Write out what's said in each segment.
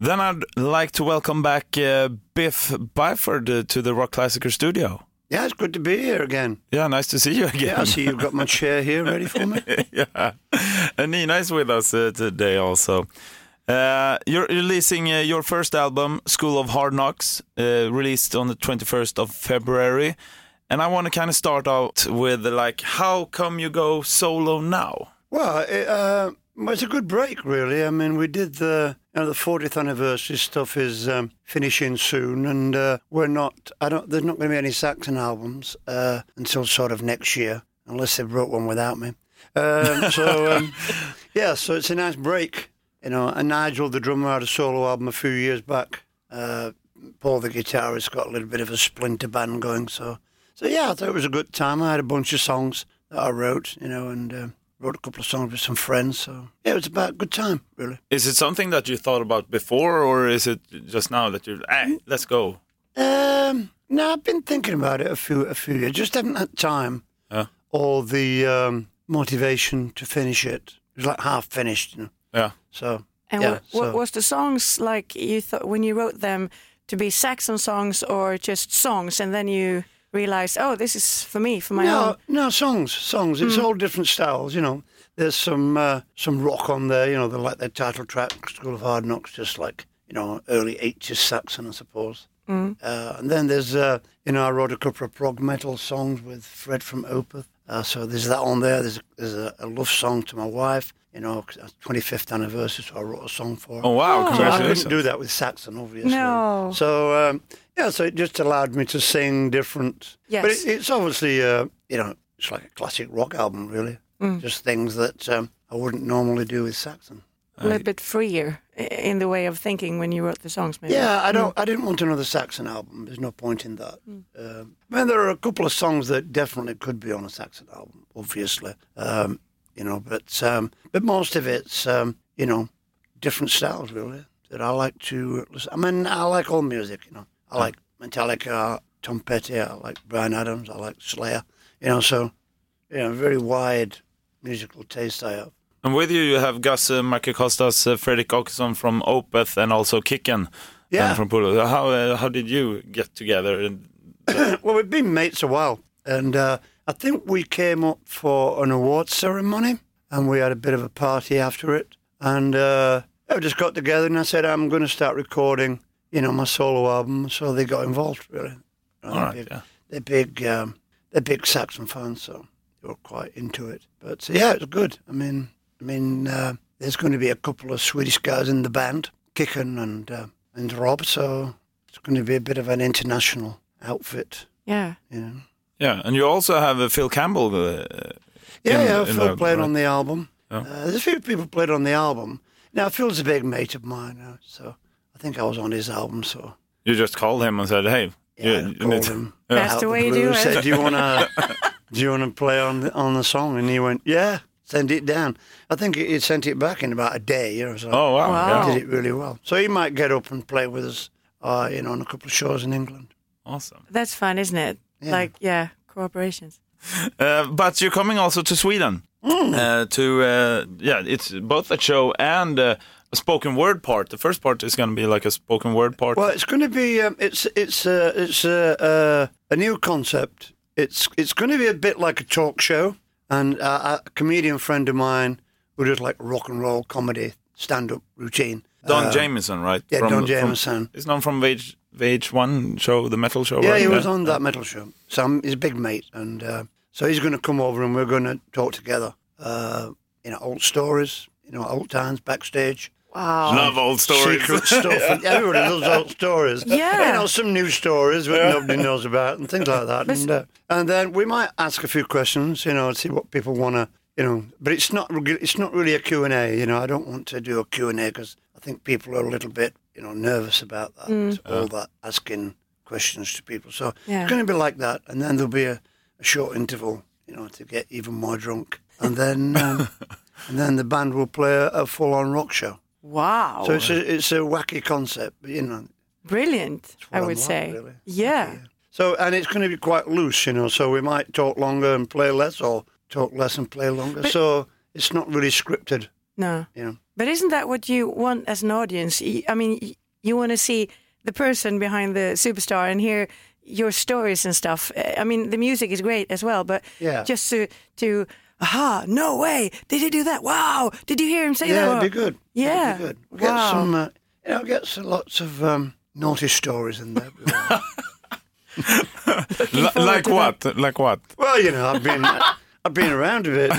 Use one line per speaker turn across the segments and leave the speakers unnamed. Then I'd like to welcome back uh, Biff Byford uh, to the Rock Classicer studio.
Yeah, it's good to be here again.
Yeah, nice to see you again.
Yeah, I see you've got my chair here ready for me.
yeah. And Nina is with us uh, today also. Uh, you're releasing uh, your first album, School of Hard Knocks, uh, released on the 21st of February. And I want to kind of start out with like, how come you go solo now?
Well, it, uh, well, it's a good break, really. I mean, we did the you know, the 40th anniversary stuff is um, finishing soon, and uh, we're not. I don't. There's not going to be any Saxon albums uh, until sort of next year, unless they wrote one without me. Um, so um, yeah, so it's a nice break, you know. And Nigel, the drummer, had a solo album a few years back. Uh, Paul, the guitarist, got a little bit of a splinter band going. So so yeah, I thought it was a good time. I had a bunch of songs that I wrote, you know, and. Uh, Wrote a couple of songs with some friends, so yeah, it was about a good time, really.
Is it something that you thought about before, or is it just now that you're, eh, let's go?
Um, no, I've been thinking about it a few a few years. Just haven't had time
Yeah.
or the um, motivation to finish it. It was like half finished, you know.
Yeah.
So
And
yeah,
wa- wa-
so.
was the songs like you thought when you wrote them to be Saxon songs or just songs, and then you realized, oh, this is for me, for my own. Hmm.
no, no songs, songs. It's all different styles, you know. There's some uh, some rock on there, you know. They like their title track, "School of Hard Knocks," just like you know, early '80s Saxon, I suppose.
Hmm.
Uh, and then there's uh, you know, I wrote a couple of prog metal songs with Fred from Opeth. Uh, so there's that on there. There's there's a, a love song to my wife, you know, 'cause that's 25th anniversary, so I wrote a song for her.
Oh, wow.
Oh.
So I
Congratulations.
couldn't do that with Saxon, obviously.
No.
So um, yeah, so it just allowed me to sing different. But
Yes.
it, it's obviously uh, you know it's like a classic rock album, really.
Mm.
Just things that um, I wouldn't normally do with Saxon.
A little bit freer i- in the way of thinking when you wrote the songs, maybe.
Yeah, I don't. I didn't want another Saxon album. There's no point in that. Um, I mean, there are a couple of songs that definitely could be on a Saxon album, obviously. Um, you know, but um, but most of it's um, you know different styles really that I like to listen. I mean, I like all music. You know, I like Metallica, Tom Petty, I like Brian Adams, I like Slayer. You know, so you know, very wide musical taste I have.
And with you, you have Gus uh, Michael Costas, uh, Fredrik Åkesson from Opeth, and also Kicken
Yeah.
uh, from Polo. How uh, how did you get together? And,
Well, we've been mates a while, and uh, I think we came up for an awards ceremony, and we had a bit of a party after it. And uh, I just got together, and I said, "I'm going to start recording, you know, my solo album." So they got involved, really. And
All right,
They're big,
yeah.
they're big, um, they're big Saxon fans, so they were quite into it. But so, yeah, it was good. I mean, I mean, uh, there's going to be a couple of Swedish guys in the band, Kicken and uh, and Rob. So it's going to be a bit of an international outfit.
Yeah.
Yeah,
yeah, and you also have uh, Phil Campbell. Uh,
yeah,
in-
yeah
in
Phil
the-
played
right.
on the album.
Yeah.
Uh, there's a few people played on the album. Now Phil's a big mate of mine, uh, so I think I was on his album. So
you just called him and said, "Hey,
yeah,
you-
I
you
called
need-
him
That's
out
the
of
way you
blue,
do
Said,
it.
do you want to do you want to play on the, on the song? And he went, yeah, send it down. I think he he sent it back in about a day or so.
Oh wow!
Wow.
Yeah.
Did it really well. So he might get up and play with us, uh, you know, on a couple of shows in England.
Awesome.
That's fun, isn't it?
Yeah.
Like, yeah, cooperations.
Uh, but you're coming also to Sweden
Mm.
uh, to uh, yeah, it's both a show and uh, a spoken word part. The first part is going to be like a spoken word part.
Well, it's going to be um, it's it's uh, it's uh, uh, a new concept. It's it's going to be a bit like a talk show, and uh, a comedian friend of mine who does like rock and roll comedy stand up routine.
Don
Uh,
Jameson, right?
yeah, Don
From,
Jameson.
he's known from VH, VH1 show, the metal show.
Yeah,
right?
he was on that metal show. Sam, he's a big mate, and uh, so he's going to come over and we're going to talk together. Uh, you know, old stories, you know, old times backstage.
Wow.
Love old stories.
secret stuff. And everybody loves old stories.
Yeah.
You know, some new stories that nobody knows about and things like that. And, uh, and then we might ask a few questions, you know, and see what people want to, you know. But it's not re- it's not really a Q&A, you know. I don't want to do a Q&A because I think people are a little bit, you know, nervous about that, all that asking questions to people. So
Mm. Yeah.
it's going to be like that. And then there'll be a, a short interval, you know, to get even more drunk. And then... Um, And then the band will play a, a full-on rock show.
Wow.
So it's a, it's a wacky concept, but, you know.
Brilliant, I
what I
would
like,
say.
really.
Yeah.
So and it's going to be quite loose, you know. So we might talk longer and play less, or talk less and play longer. so it's not really scripted,
No.
you know.
But isn't that what you want as an audience? Y- I mean, y- you want to see the person behind the superstar and hear your stories and stuff. Uh, I mean, the music is great as well, but
Yeah.
just to to aha, no way, did he do that? Wow, did you hear him say that?
Yeah,
Wow.
it'd be good.
Yeah.
It'd be good. We'll
Wow.
Get some, uh, you know, get some, lots of um, naughty stories in there.
Li-
forward
like
to that.
what? Like what?
well, you know, I've been I've been around a bit.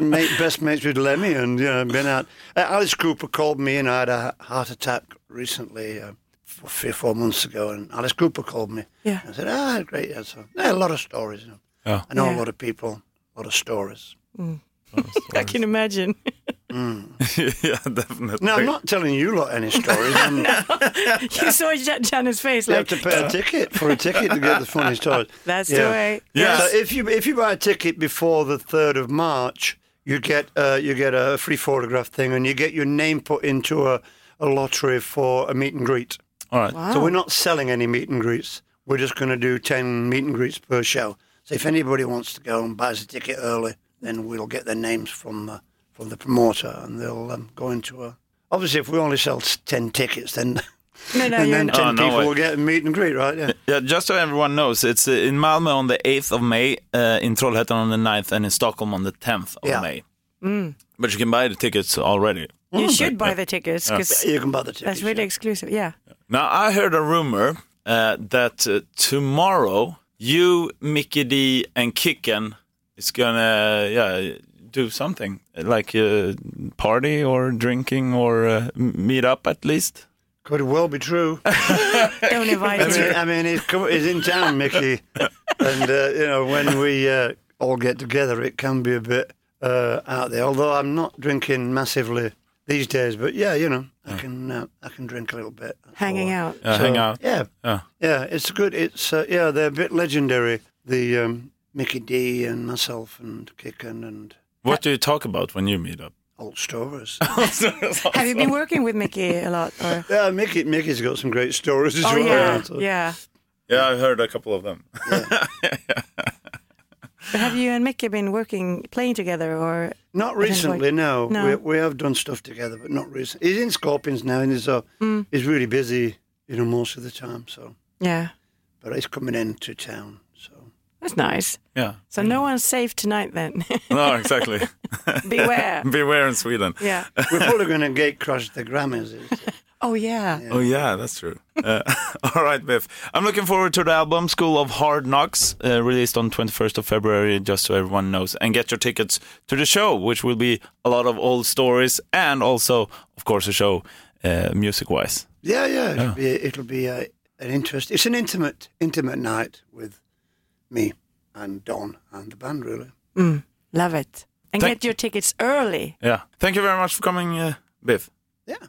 Mate, best mates with Lemmy, and you know, been out. Uh, Alice Cooper called me, and I had a heart attack recently, uh, f- three or four months ago, and Alice Cooper called me.
Yeah.
I said, ah, great. Yeah, so, yeah, a lot of stories. You know.
Yeah.
I know
Yeah.
a lot of people, a lot of stories.
I can imagine.
yeah, definitely.
No, I'm not telling you lot any stories. I'm,
you saw Jan- Jan's face,
You
like
have to pay a ticket for a ticket to get the funny stories.
that's the
Yeah.
way.
Yeah.
So if you if you buy a ticket before the third of March, you get uh, you get a free photograph thing, and you get your name put into a, a lottery for a meet and greet.
All right.
So
Oh.
we're not selling any meet and greets. We're just going to do ten meet and greets per show. So if anybody wants to go and buys a ticket early, then we'll get their names from uh, from the promoter, and they'll um, go into a. Obviously, if we only sell s- ten tickets, then
No, no,
and
you're
then
Oh,
ten
no
people
way.
will get a meet and greet, right? Yeah.
Yeah, just so everyone knows, it's uh, in Malmö on the 8th of May, uh, in Trollhättan on the 9th, and in Stockholm on the 10th of
Yeah. Mm.
May. But you can buy the tickets already.
You should buy the tickets because
You can buy the tickets.
that's really exclusive. Yeah.
Now, I heard a rumor uh, that uh, tomorrow you, Mickey D, and Kicken is gonna yeah do something like uh, party or drinking or uh, m- meet up at least.
Could well be true. I
Don't invite
mean,
him.
I mean he's, come, he's in town, Mickey. And, uh, you know, when we uh, all get together, it can be a bit uh, out there. Although I'm not drinking massively these days, but yeah, you know, I can uh, I can drink a little bit.
Hanging
Oh.
out.
Uh, hang
So,
out.
Yeah.
Yeah.
Yeah, it's good. It's, uh, yeah, they're a bit legendary. The um, Mickey D and myself and Kicken and
What do you talk about when you meet up?
old stories.
Have you been working with Mickey a lot? Or?
yeah, Mickey, Mickey's got some great stories as
Oh,
well.
yeah.
So-
Yeah.
yeah, I heard a couple of them.
But have you and Mickey been working, playing together, or
Not
any
recently,
point?
no.
No.
We, we have done stuff together, but not recently. He's in Scorpions now, and he's uh,
Mm.
he's really busy, you know, most of the time. So,
yeah?
but he's coming into town. So,
That's nice.
Yeah.
So no one's safe tonight then.
No, exactly.
Beware.
Beware in Sweden.
yeah.
we're probably going to gate crash the Grammys.
Oh yeah.
Oh yeah, that's true. Uh, all right, Biff. I'm looking forward to the album School of Hard Knocks, uh, released on 21st of February, just so everyone knows. And get your tickets to the show, which will be a lot of old stories and also, of course, a show uh, music-wise.
Yeah, yeah. It'll be it'll be uh, an interest. It's an intimate intimate night with me and Don and the band. Really,
Love it. And
Thank-
get your tickets early.
Yeah. Thank you very much for coming, uh, Biff.
yeah.